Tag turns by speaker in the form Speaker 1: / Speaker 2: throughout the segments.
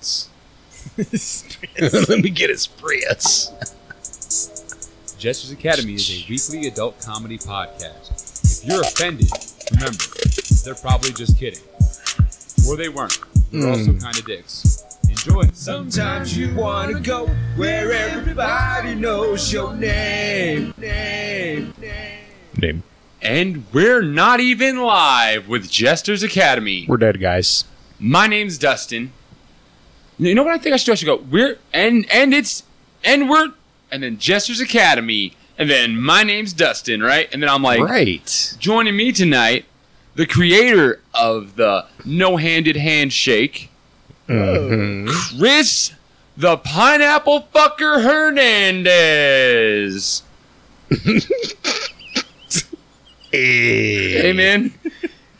Speaker 1: Let me get his Prius.
Speaker 2: Jester's Academy is a weekly adult comedy podcast. If you're offended, remember, they're probably just kidding. Or they weren't. They're also kind of dicks. Enjoy. Sometimes you want to go where everybody knows your name. Name.
Speaker 1: Name.
Speaker 2: And we're not even live with Jester's Academy.
Speaker 1: We're dead, guys.
Speaker 2: My name's Dustin. You know what I think I should do? I should go. We're and and it's and we're and then Jester's Academy and then my name's Dustin, right? And then I'm like
Speaker 1: right.
Speaker 2: joining me tonight, the creator of the no-handed handshake,
Speaker 1: Mhm.
Speaker 2: Chris the Pineapple Fucker Hernandez.
Speaker 1: Hey,
Speaker 2: Hey man.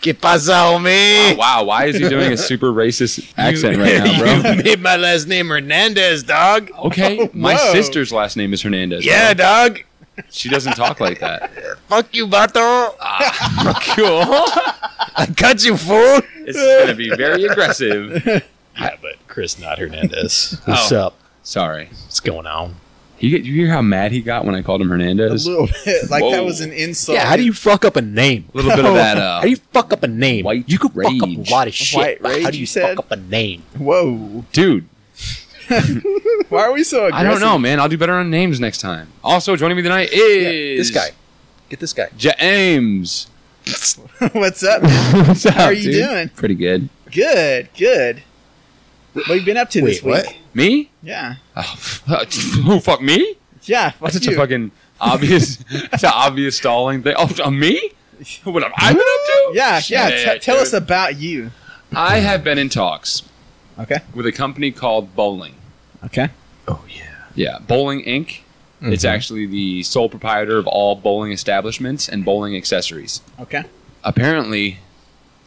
Speaker 1: ¿Qué pasa, homie?
Speaker 2: Wow, why is he doing a super racist accent right now, bro?
Speaker 1: you made my last name Hernandez, dog.
Speaker 2: Okay, my
Speaker 1: Whoa.
Speaker 2: sister's last name is Hernandez.
Speaker 1: Yeah,
Speaker 2: bro.
Speaker 1: dog.
Speaker 2: she doesn't talk like that. Ah,
Speaker 1: Fuck you, bato.
Speaker 2: Cool.
Speaker 1: I cut you, fool.
Speaker 2: This is gonna be very aggressive.
Speaker 3: Yeah, Ah, but Chris, not Hernandez.
Speaker 1: What's
Speaker 2: Oh.
Speaker 1: up?
Speaker 2: Sorry.
Speaker 3: What's going on?
Speaker 2: You get, you hear how mad he got when I called him
Speaker 4: A
Speaker 2: Hernandez?
Speaker 4: little bit. Like
Speaker 2: Whoa.
Speaker 4: that was an insult.
Speaker 1: Yeah, how do you fuck up a name? Oh,
Speaker 2: A little bit of that, uh,
Speaker 1: how do you fuck up a name?
Speaker 2: white
Speaker 1: you could fuck up
Speaker 2: rage.
Speaker 1: a lot of shit.
Speaker 4: White
Speaker 1: but how
Speaker 4: rage,
Speaker 1: do you
Speaker 4: you said?
Speaker 1: fuck up a name?
Speaker 4: Whoa.
Speaker 2: Dude,
Speaker 4: Why are we so
Speaker 2: I don't
Speaker 4: aggressive?
Speaker 2: know, man. I'll do better on names next time. Also, joining me tonight
Speaker 1: Yeah,
Speaker 2: is
Speaker 1: this guy. Get this guy.
Speaker 2: James.
Speaker 4: What's
Speaker 2: What's
Speaker 4: up?
Speaker 2: up,
Speaker 4: How are you
Speaker 2: dude?
Speaker 4: doing?
Speaker 2: Pretty good.
Speaker 4: Good, good. What have you been up to this
Speaker 1: Wait,
Speaker 4: week?
Speaker 1: what?
Speaker 2: Me?
Speaker 4: Yeah.
Speaker 2: Oh, fuck. who fuck me?
Speaker 4: Yeah. Fuck
Speaker 2: That's such
Speaker 4: you.
Speaker 2: a fucking obvious, it's an obvious stalling thing. Oh, uh, me? What have I been up to?
Speaker 4: yeah, yeah.
Speaker 2: Shit,
Speaker 4: T- tell
Speaker 2: dude.
Speaker 4: us about you.
Speaker 2: I have been in talks
Speaker 4: Okay.
Speaker 2: with a company called Bowling.
Speaker 4: Okay.
Speaker 3: Oh yeah.
Speaker 2: Yeah, Bowling Inc. It's actually the sole proprietor of all bowling establishments and bowling accessories.
Speaker 4: Okay.
Speaker 2: Apparently,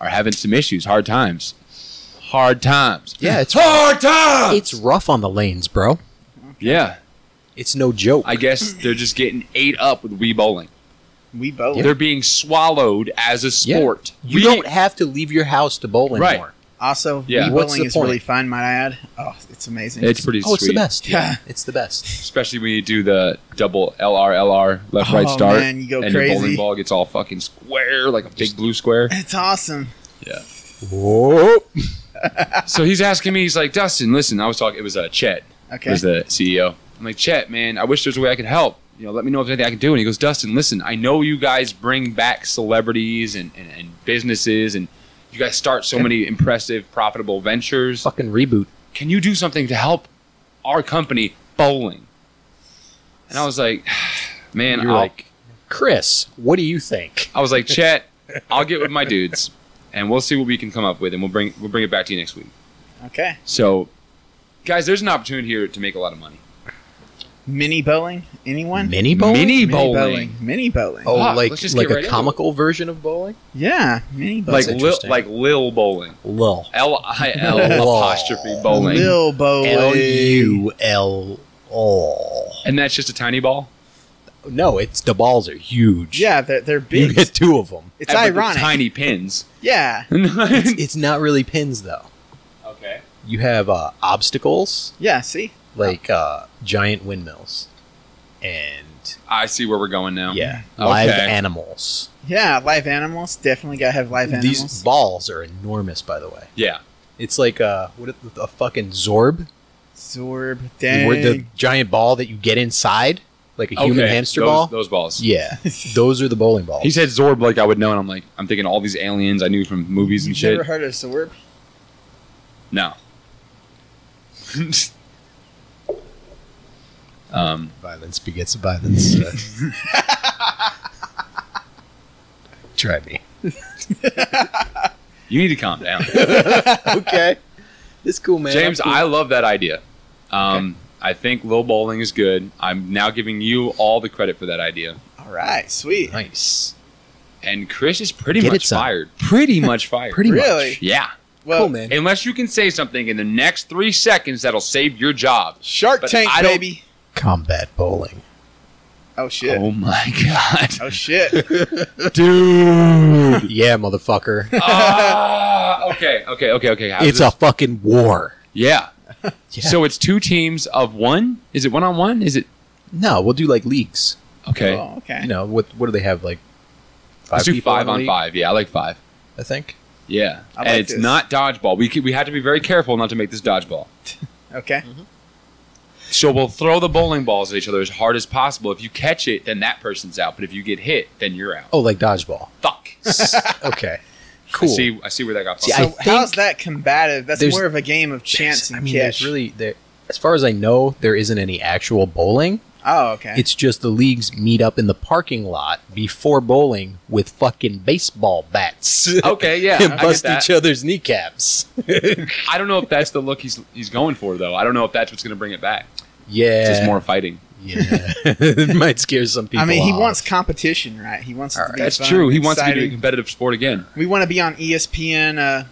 Speaker 2: are having some issues, hard times, hard times.
Speaker 1: Yeah, it's
Speaker 2: hard times.
Speaker 1: It's rough on the lanes, bro.
Speaker 2: yeah,
Speaker 1: It's no joke.
Speaker 2: I guess they're just getting ate up with Wii bowling.
Speaker 4: We both.
Speaker 2: They're being swallowed as a
Speaker 1: Yeah.
Speaker 2: sport.
Speaker 1: You
Speaker 2: Wii-
Speaker 1: don't have to leave your house to bowl
Speaker 2: Right.
Speaker 1: anymore.
Speaker 4: Also,
Speaker 2: Yeah.
Speaker 4: yeah.
Speaker 1: What's
Speaker 4: bowling
Speaker 1: the
Speaker 4: is
Speaker 1: point?
Speaker 4: really fun, might I add. Oh, it's amazing.
Speaker 2: It's pretty
Speaker 1: Oh,
Speaker 2: sweet,
Speaker 1: it's the best.
Speaker 4: Yeah.
Speaker 1: It's the best.
Speaker 2: especially when you do the double LR LR left right
Speaker 4: Oh,
Speaker 2: start,
Speaker 4: man, you go
Speaker 2: and your bowling
Speaker 4: crazy.
Speaker 2: ball gets all fucking square like a big blue square.
Speaker 4: It's awesome.
Speaker 1: Whoa.
Speaker 2: so he's asking me, he's like, Dustin, listen, I was talking. It was uh, Chet.
Speaker 4: Okay.
Speaker 2: was the CEO. I'm like, Chet, man, I wish there's a way I could help. You know, let me know if there's anything I can do. And he goes, Dustin, listen, I know you guys bring back celebrities and, and, and businesses, and you guys start so many impressive, profitable ventures.
Speaker 1: Fucking reboot.
Speaker 2: Can you do something to help our company bowling? And I was like, man,
Speaker 1: You're
Speaker 2: I'll-
Speaker 1: like, Chris, what do you think?
Speaker 2: I was like, Chet, I'll get with my dudes, and we'll see what we can come up with, and we'll bring we'll bring it back to you next week.
Speaker 4: Okay.
Speaker 2: So, guys, there's an opportunity here to make a lot of money.
Speaker 4: Mini bowling? Anyone?
Speaker 1: Mini bowling?
Speaker 2: Mini
Speaker 4: Mini
Speaker 2: bowling.
Speaker 4: Mini bowling.
Speaker 1: Oh,
Speaker 2: Fuck,
Speaker 1: like
Speaker 2: let's just
Speaker 1: like
Speaker 2: get right
Speaker 1: a
Speaker 2: into
Speaker 1: comical version of bowling?
Speaker 4: Yeah. Mini bowling.
Speaker 2: like
Speaker 1: That's
Speaker 2: Lil,
Speaker 1: interesting.
Speaker 2: like Lil Bowling.
Speaker 1: Lil.
Speaker 2: L I L
Speaker 1: Lil.
Speaker 2: apostrophe bowling.
Speaker 4: Lil bowling.
Speaker 1: L U L O.
Speaker 2: And that's just a tiny ball.
Speaker 1: No, it's the balls are huge.
Speaker 4: Yeah, they're, they're
Speaker 1: You
Speaker 4: big.
Speaker 1: hit two of them.
Speaker 4: It's
Speaker 2: But they're
Speaker 4: ironic.
Speaker 2: Tiny pins.
Speaker 4: Yeah.
Speaker 2: okay.
Speaker 1: It's not really pins though. You have uh, obstacles
Speaker 4: Yeah, see?
Speaker 1: like uh, giant windmills and
Speaker 2: I see where we're going now.
Speaker 1: yeah,
Speaker 2: Oh. Okay.
Speaker 1: live animals.
Speaker 4: Yeah, live animals. Definitely gotta have live animals.
Speaker 1: These balls are enormous, by the way.
Speaker 2: Yeah.
Speaker 1: It's like uh, what a, a fucking zorb,
Speaker 4: Zorb,
Speaker 1: where the
Speaker 4: dang.
Speaker 1: giant ball that you get inside, like a human
Speaker 2: Okay.
Speaker 1: hamster
Speaker 2: Those-
Speaker 1: ball.
Speaker 2: Those balls.
Speaker 1: Yeah, those are the bowling balls.
Speaker 2: He said Zorb like I would know, and I'm like, I'm thinking all these aliens I knew from movies and
Speaker 4: You've
Speaker 2: shit.
Speaker 4: never heard of Zorb?
Speaker 2: no. um,
Speaker 1: violence begets violence. Uh, Try me.
Speaker 2: you need to calm down.
Speaker 1: okay. It's cool, man.
Speaker 2: James,
Speaker 1: I'm cool.
Speaker 2: I love that idea. Um, I think Lil Bowling is good. I'm now giving you all the credit for that idea.
Speaker 4: All right, sweet.
Speaker 1: nice.
Speaker 2: And Chris is pretty
Speaker 1: Get it
Speaker 2: much
Speaker 1: some.
Speaker 2: fired. Pretty much fired.
Speaker 1: Pretty
Speaker 4: Really?
Speaker 1: much.
Speaker 2: yeah.
Speaker 4: Well,
Speaker 1: cool, man.
Speaker 2: Unless you can say something in the next three seconds that'll save your job.
Speaker 4: Shark
Speaker 2: But
Speaker 4: Tank,
Speaker 2: I don't-
Speaker 4: baby.
Speaker 1: Combat bowling.
Speaker 4: Oh shit. Oh,
Speaker 2: Oh my god,
Speaker 4: shit.
Speaker 2: dude!
Speaker 1: yeah, motherfucker.
Speaker 2: Ah, okay, okay, okay, okay. How does
Speaker 1: it's a
Speaker 2: this-
Speaker 1: fucking war.
Speaker 2: yeah.
Speaker 1: Yeah.
Speaker 2: So it's two teams of one. Is it one on one? Is it
Speaker 1: No, we'll do like leagues.
Speaker 2: okay?
Speaker 4: Oh, okay.
Speaker 1: You know what? What do they have? Like
Speaker 2: Let's do
Speaker 1: people in
Speaker 2: five
Speaker 1: the
Speaker 2: on
Speaker 1: league,
Speaker 2: five. Yeah, I like five.
Speaker 1: I think.
Speaker 2: Yeah,
Speaker 4: I like
Speaker 2: and it's
Speaker 4: this.
Speaker 2: not dodgeball. We c- we have to be very careful not to make this dodgeball.
Speaker 4: Okay.
Speaker 2: So we'll throw the bowling balls at each other as hard as possible. If you catch it, then that person's out. But if you get hit, then you're out.
Speaker 1: Oh, like dodgeball.
Speaker 2: Fuck.
Speaker 1: okay. Cool.
Speaker 2: I see. I see where that got from.
Speaker 1: See, I
Speaker 4: So how's
Speaker 1: think
Speaker 4: that combative? That's
Speaker 1: there's-
Speaker 4: more of a game of chance and
Speaker 1: I mean,
Speaker 4: catch.
Speaker 1: there's really there. As far as I know, there isn't any actual bowling.
Speaker 4: oh, okay.
Speaker 1: It's just the leagues meet up in the parking lot before bowling with fucking baseball bats.
Speaker 2: okay. Oh, Yeah.
Speaker 1: and
Speaker 2: I get
Speaker 1: bust
Speaker 2: that.
Speaker 1: each other's kneecaps.
Speaker 2: I don't know if that's the look he's he's going for though. I don't know if that's what's going to bring it back.
Speaker 1: Yeah.
Speaker 2: It's Just more fighting.
Speaker 1: Yeah. it might scare some people.
Speaker 4: I mean, he
Speaker 1: off.
Speaker 4: wants competition, right? He wants it to be
Speaker 2: That's
Speaker 4: fun,
Speaker 2: true. He wants to be doing
Speaker 4: exciting.
Speaker 2: competitive sport again.
Speaker 4: We want to be on ESPN uh,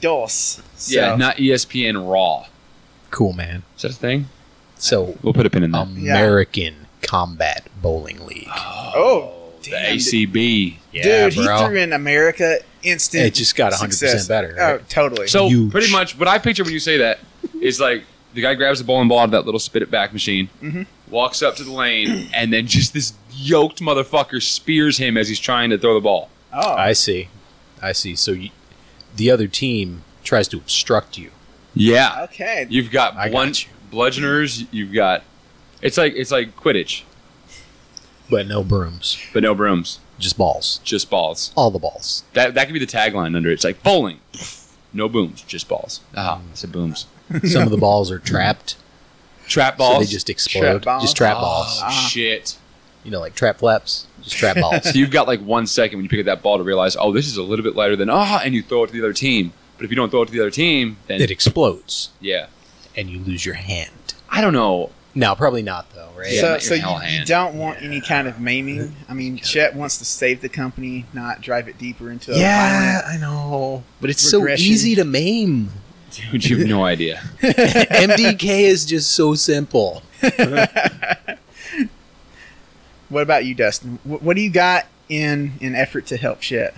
Speaker 4: DOS. So.
Speaker 2: Yeah, not E ESPN Raw.
Speaker 1: cool, man.
Speaker 2: Is that a thing?
Speaker 1: So
Speaker 2: We'll put a pin in that.
Speaker 1: American Combat Bowling League.
Speaker 4: Oh,
Speaker 2: the
Speaker 4: damn,
Speaker 2: ACB.
Speaker 1: Yeah,
Speaker 4: dude,
Speaker 1: bro.
Speaker 4: he threw in America instant.
Speaker 1: It just got 100%
Speaker 4: success.
Speaker 1: better,
Speaker 4: Oh,
Speaker 1: right?
Speaker 4: totally.
Speaker 2: So
Speaker 1: Huge.
Speaker 2: pretty much, what I picture when you say that is like the guy grabs the bowling ball out of that little spit it back machine,
Speaker 1: Mm-hmm.
Speaker 4: Mhm.
Speaker 2: walks up to the lane, and then just this yoked motherfucker spears him as he's trying to throw the ball.
Speaker 4: oh,
Speaker 1: I see. I see. So you, the other team tries to obstruct you.
Speaker 2: Yeah,
Speaker 4: okay.
Speaker 2: you've got
Speaker 1: I got
Speaker 2: blunt bludgeoners. You've got it's like it's like Quidditch,
Speaker 1: But no brooms,
Speaker 2: but no brooms,
Speaker 1: just balls.
Speaker 2: just balls.
Speaker 1: All the balls.
Speaker 2: That that could be the tagline under it. It's like bowling, no booms, just balls. Ah, I said booms.
Speaker 1: Some of the balls are trapped.
Speaker 2: Trap
Speaker 1: so
Speaker 2: balls.
Speaker 1: they just explode.
Speaker 4: balls?
Speaker 1: Just trap
Speaker 2: Oh,
Speaker 1: balls.
Speaker 4: Ah.
Speaker 2: Shit.
Speaker 1: You know, like trap flaps. Just trap balls.
Speaker 2: So you've got like one second when you pick up that ball to realize, oh, this is a little bit lighter than ah, and you throw it to the other team. But if you don't throw it to the other team, then
Speaker 1: it explodes,
Speaker 2: yeah,
Speaker 1: and you lose your hand.
Speaker 2: I don't know.
Speaker 1: No, probably not though, right?
Speaker 2: Yeah,
Speaker 4: so,
Speaker 2: not
Speaker 4: so
Speaker 2: your
Speaker 4: you,
Speaker 2: hell
Speaker 4: you
Speaker 2: hand.
Speaker 4: don't want any kind of maiming. I mean, Chet wants to save the company, not drive it deeper into a
Speaker 1: Yeah, I know. But it's
Speaker 4: Regression.
Speaker 1: so easy to maim.
Speaker 2: Dude, you have no idea.
Speaker 1: MDK is just so simple.
Speaker 4: What about you, Dustin? What, what do you got in an effort to help Chet?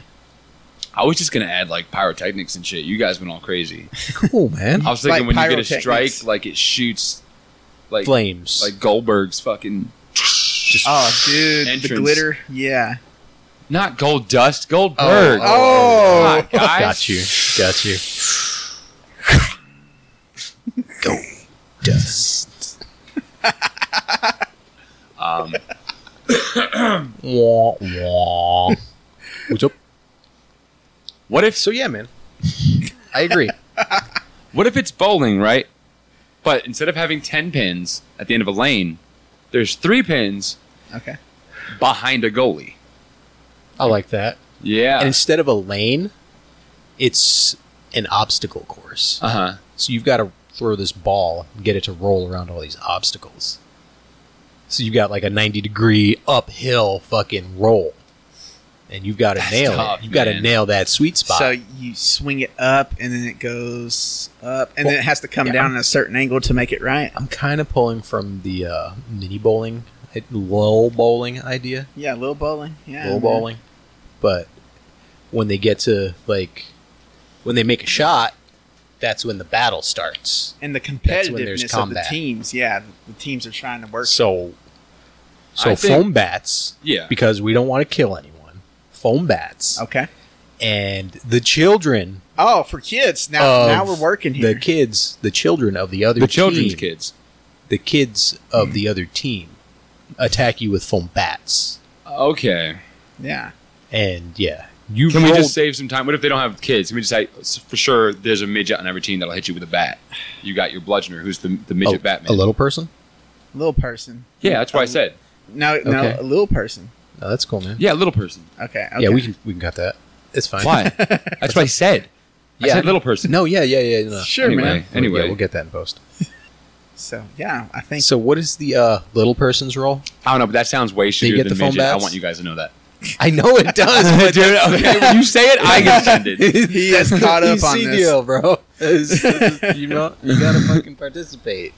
Speaker 2: I was just gonna add like pyrotechnics and shit. You guys went all crazy.
Speaker 1: Cool, man.
Speaker 2: I was thinking
Speaker 4: Like
Speaker 2: when you get a
Speaker 4: pyrotechnics.
Speaker 2: strike, like it shoots, like
Speaker 1: Flames.
Speaker 2: like Goldberg's fucking just
Speaker 4: Oh, dude, the
Speaker 2: Entrance.
Speaker 4: glitter. Yeah.
Speaker 2: not gold dust, Goldberg.
Speaker 4: Oh,
Speaker 2: God, guys.
Speaker 1: got you. Got you. Go dust.
Speaker 2: Um,
Speaker 1: Wah, wah. What's up?
Speaker 2: what if
Speaker 1: So yeah, man. I agree.
Speaker 2: What if it's bowling, right? But instead of having 10 pins at the end of a lane, there's three pins
Speaker 4: Okay.
Speaker 2: behind a goalie.
Speaker 1: I like that. And
Speaker 2: Yeah.
Speaker 1: instead of a lane, it's an obstacle course.
Speaker 2: Uh huh.
Speaker 1: So you've got to throw this ball and get it to roll around all these obstacles. So you've got like a 90 degree uphill fucking roll. And you've got to
Speaker 2: That's
Speaker 1: nail
Speaker 2: tough,
Speaker 1: it. You've got to
Speaker 2: man.
Speaker 1: nail that sweet spot.
Speaker 4: So you swing it up, and then it goes up, and
Speaker 1: Well,
Speaker 4: then it has to come
Speaker 1: yeah,
Speaker 4: down at a certain angle to make it right.
Speaker 1: I'm kind of pulling from the uh, mini bowling, it- lull bowling idea,
Speaker 4: Yeah, little bowling. Yeah.
Speaker 2: Mm-hmm.
Speaker 1: lull bowling. But when they get to like, when they make a shot, that's when the battle starts.
Speaker 4: And the
Speaker 1: That's when there's
Speaker 4: competitiveness of the
Speaker 1: combat.
Speaker 4: teams. Yeah, the teams are trying to work.
Speaker 1: So, so
Speaker 2: I think-
Speaker 1: foam bats
Speaker 2: Yeah.
Speaker 1: because we don't want to kill anyone. Foam bats.
Speaker 4: Okay.
Speaker 1: and the children,
Speaker 4: Oh, for kids. Now,
Speaker 1: Of
Speaker 4: now we're working here.
Speaker 1: the kids, the children of the other
Speaker 2: The children's
Speaker 1: team,
Speaker 2: kids.
Speaker 1: the kids of the other team attack you with foam bats,
Speaker 2: Okay.
Speaker 4: yeah.
Speaker 1: and yeah, you
Speaker 2: Can we
Speaker 1: roll-
Speaker 2: just save some time? What if they don't have kids? Can we just say, s- for sure, there's a midget on every team that'll hit you with a bat? You got your bludgeoner, who's the, the midget
Speaker 1: oh,
Speaker 2: Batman.
Speaker 1: a little person?
Speaker 4: Little person.
Speaker 2: Yeah, that's what I said.
Speaker 4: No, no,
Speaker 1: Okay.
Speaker 4: a little person.
Speaker 1: Oh, that's cool, man.
Speaker 2: Yeah, little person.
Speaker 4: Okay. okay.
Speaker 1: Yeah, we can we can cut that. It's fine.
Speaker 2: Why? That's what I said. I
Speaker 1: Yeah.
Speaker 2: said little person.
Speaker 1: No, yeah, yeah, yeah. No.
Speaker 4: Sure,
Speaker 2: Anyway.
Speaker 4: man.
Speaker 1: Yeah,
Speaker 2: Anyway.
Speaker 1: we'll get that in post.
Speaker 4: So, yeah, I think.
Speaker 1: So, what is the uh, little person's role?
Speaker 2: I don't know, but that sounds way shittier
Speaker 1: get
Speaker 2: than
Speaker 1: the foam
Speaker 2: midget. I
Speaker 1: bats?
Speaker 2: want you guys to know that.
Speaker 1: I know it does.
Speaker 2: Dude, okay, when you say it, I get offended.
Speaker 4: He is caught up on this.
Speaker 1: deal, bro. It's- it's- you know, you gotta fucking participate.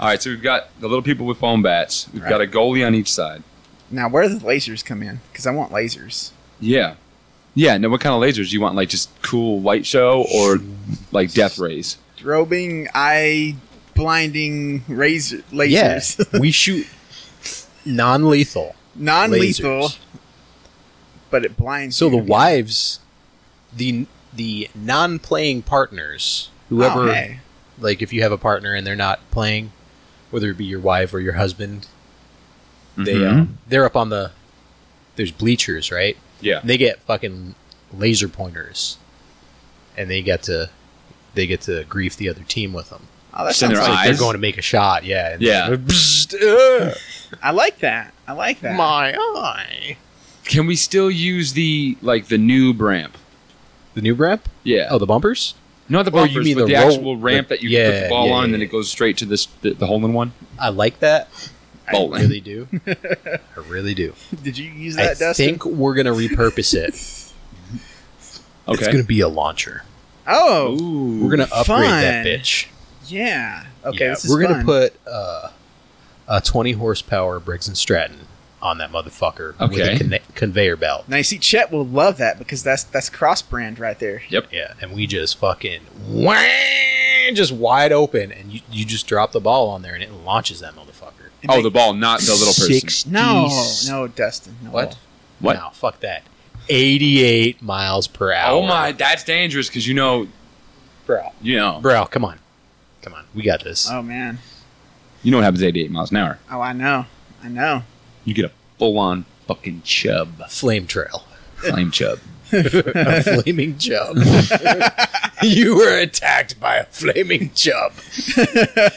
Speaker 2: All right, so we've got the little people with foam bats. We've got a goalie on each side.
Speaker 4: Now, where do the lasers come in? Because I want lasers.
Speaker 2: Yeah. Yeah, no. What kind of lasers do you want? Like just cool light show or like death rays?
Speaker 4: Strobing, eye blinding razor lasers.
Speaker 1: Yeah, we shoot non lethal.
Speaker 4: Non lethal,
Speaker 1: Lasers.
Speaker 4: but it blinds.
Speaker 1: So the
Speaker 4: you.
Speaker 1: wives, the the non playing partners, whoever,
Speaker 4: Oh, hey.
Speaker 1: like if you have a partner and they're not playing, whether it be your wife or your husband, they
Speaker 2: Mhm.
Speaker 1: um, they're up on the there's bleachers right.
Speaker 2: Yeah.
Speaker 1: they get fucking laser pointers, and they get to they get to grief the other team with them.
Speaker 4: Oh, that
Speaker 2: It's in
Speaker 4: sounds
Speaker 2: their
Speaker 4: like,
Speaker 2: eye.
Speaker 1: Like they're
Speaker 2: Eyes?
Speaker 1: going to make a shot. Yeah. and-
Speaker 2: Yeah.
Speaker 1: uh.
Speaker 4: I like that. I like that.
Speaker 1: My eye.
Speaker 2: Can we still use the like the noob ramp?
Speaker 1: The new ramp?
Speaker 2: Yeah.
Speaker 1: Oh, the bumpers?
Speaker 2: Not the
Speaker 1: Or you
Speaker 2: bumpers,
Speaker 1: mean
Speaker 2: but
Speaker 1: the
Speaker 2: the,
Speaker 1: roll-
Speaker 2: actual ramp
Speaker 1: the-
Speaker 2: that you put
Speaker 1: yeah,
Speaker 2: the ball
Speaker 1: yeah,
Speaker 2: on, and
Speaker 1: yeah,
Speaker 2: then it goes straight to this the, the hole in one
Speaker 1: I like that. I
Speaker 2: bowling.
Speaker 1: really do. I really do.
Speaker 4: Did you use
Speaker 1: I
Speaker 4: that, Dustin?
Speaker 1: think we're gonna repurpose it.
Speaker 2: okay.
Speaker 1: It's gonna be a launcher.
Speaker 4: Oh,
Speaker 2: Ooh.
Speaker 1: We're gonna upgrade that
Speaker 4: Fun.
Speaker 1: bitch.
Speaker 4: yeah. Okay,
Speaker 1: Yeah,
Speaker 4: this is
Speaker 1: we're
Speaker 4: fun.
Speaker 1: gonna put uh, a 20 horsepower Briggs and Stratton on that motherfucker with a
Speaker 2: Okay.
Speaker 1: conne- conveyor belt.
Speaker 4: Now you see, Chet will love that because that's that's cross brand right there.
Speaker 1: Yeah, and we just fucking whang, just wide open, and you, you just drop the ball on there, and it launches that motherfucker.
Speaker 2: Oh, the ball, not the little person.
Speaker 1: Sixty-
Speaker 4: No, no, Dustin. No.
Speaker 1: What?
Speaker 2: What?
Speaker 1: No, fuck that. 88 miles per hour.
Speaker 2: Oh my, that's dangerous because you know,
Speaker 1: bro,
Speaker 2: you know,
Speaker 1: bro, come on, come on, we got this.
Speaker 4: Oh man.
Speaker 2: you know what happens at 88 miles an hour.
Speaker 4: Oh, I know. I know.
Speaker 2: You get a full-on fucking chub,
Speaker 1: Flame trail,
Speaker 2: flame chub.
Speaker 1: a flaming chub. you were attacked by a flaming chub.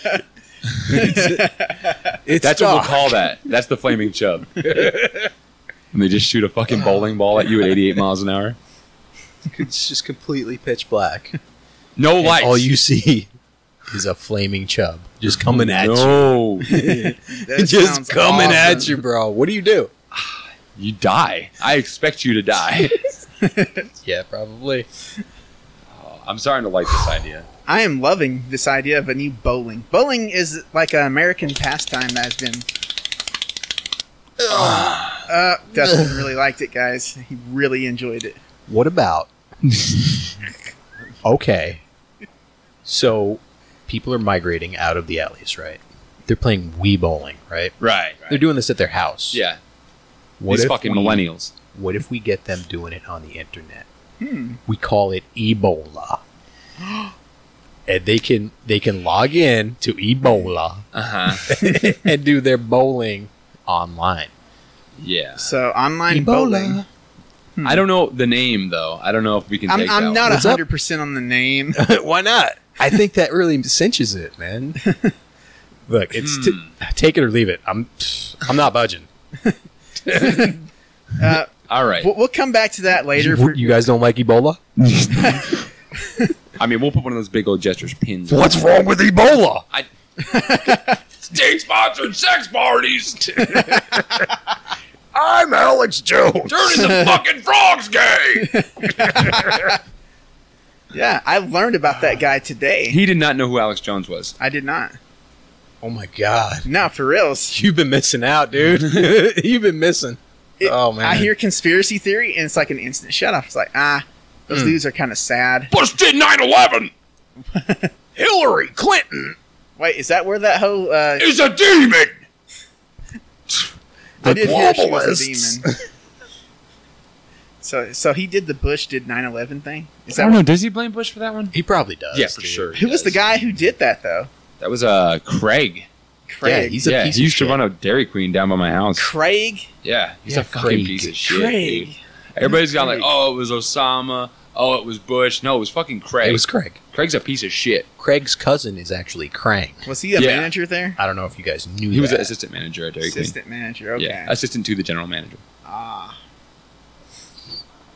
Speaker 1: it's, it's
Speaker 2: That's what we'll
Speaker 1: dark.
Speaker 2: call that. That's the flaming chub. and they just shoot a fucking bowling ball at you at 88 miles an hour.
Speaker 1: It's just completely pitch black.
Speaker 2: No
Speaker 1: And
Speaker 2: lights.
Speaker 1: All you see is a flaming chub just coming at you.
Speaker 2: no. you.
Speaker 4: That sounds
Speaker 1: just coming at you,
Speaker 4: awesome.
Speaker 1: bro. What do you do?
Speaker 2: die. I expect you to die.
Speaker 1: Yeah, probably.
Speaker 2: Oh, I'm starting to like this idea.
Speaker 4: I am loving this idea of a new bowling. Bowling is like an American pastime that has been. Uh, Dustin really liked it, guys. He really enjoyed it.
Speaker 1: What about? okay. So people are migrating out of the alleys, right? They're playing Wii bowling, right?
Speaker 2: Right.
Speaker 1: They're doing this at their house.
Speaker 2: Yeah.
Speaker 1: What
Speaker 2: These
Speaker 1: if
Speaker 2: fucking
Speaker 1: we-
Speaker 2: millennials.
Speaker 1: What if we get them doing it on the internet?
Speaker 4: Hmm.
Speaker 1: We call it Ebola. and they can they can log in to Ebola
Speaker 2: Uh huh.
Speaker 1: and do their bowling online.
Speaker 2: Yeah.
Speaker 4: So online bowling.
Speaker 2: I don't know the name though. I don't know if we can
Speaker 4: I'm,
Speaker 2: take that
Speaker 4: I'm
Speaker 2: one.
Speaker 4: not
Speaker 1: What's up?
Speaker 4: hundred percent on the name.
Speaker 1: Why not? I think that really cinches it, man. Look, it's t- take it or leave it. I'm I'm not budging.
Speaker 4: Uh,
Speaker 2: All right.
Speaker 4: we'll, we'll come back to that later.
Speaker 1: You,
Speaker 4: For,
Speaker 1: you guys don't like Ebola?
Speaker 2: I mean, we'll put one of those big old gestures pins.
Speaker 1: What's wrong with Ebola?
Speaker 2: State sponsored sex parties. Turning
Speaker 1: I'm Alex Jones.
Speaker 2: the fucking frogs gay.
Speaker 4: yeah, I learned about that guy today.
Speaker 2: He did not know who Alex Jones was.
Speaker 4: I did not.
Speaker 1: Oh my god.
Speaker 4: No, for reals.
Speaker 1: You've been missing out, dude. You've been missing.
Speaker 4: It-
Speaker 1: oh man.
Speaker 4: I hear conspiracy theory, and it's like an instant shut off. It's like, ah,
Speaker 1: Hmm.
Speaker 4: those dudes are kind of sad.
Speaker 2: Bush did 9/11.
Speaker 1: Hillary Clinton.
Speaker 4: Wait, is that where that whole? Uh,
Speaker 2: He's a demon.
Speaker 4: I did hear she was
Speaker 1: globalists.
Speaker 4: a demon. so, so he did the Bush did 9/11 thing. Is
Speaker 2: I
Speaker 4: that
Speaker 2: don't know. Does he blame Bush for that one?
Speaker 1: He probably does.
Speaker 2: yeah, for
Speaker 1: dude.
Speaker 2: sure.
Speaker 4: who was the guy who did that though?
Speaker 2: That was uh Craig.
Speaker 1: Yeah,
Speaker 4: Craig.
Speaker 1: he's a
Speaker 2: yeah,
Speaker 1: piece
Speaker 2: he
Speaker 1: of
Speaker 2: used
Speaker 1: shit.
Speaker 2: to run a Dairy Queen down by my house.
Speaker 4: Craig.
Speaker 2: Yeah, he's
Speaker 1: Yeah,
Speaker 2: a fucking
Speaker 1: Craig.
Speaker 2: piece of shit.
Speaker 4: Craig.
Speaker 2: dude. Everybody's got like,
Speaker 4: Craig.
Speaker 2: oh, it was Osama. Oh, it was Bush. No, it was fucking Craig.
Speaker 1: It was Craig.
Speaker 2: Craig's a piece of shit.
Speaker 1: Craig's cousin is actually Crank.
Speaker 4: Was he a
Speaker 2: Yeah.
Speaker 4: manager there?
Speaker 1: I don't know if you guys knew
Speaker 2: He was
Speaker 1: that.
Speaker 2: an assistant manager at Dairy
Speaker 4: Assistant manager.
Speaker 2: Queen.
Speaker 4: Okay.
Speaker 2: Yeah, assistant to the general manager.
Speaker 4: ah.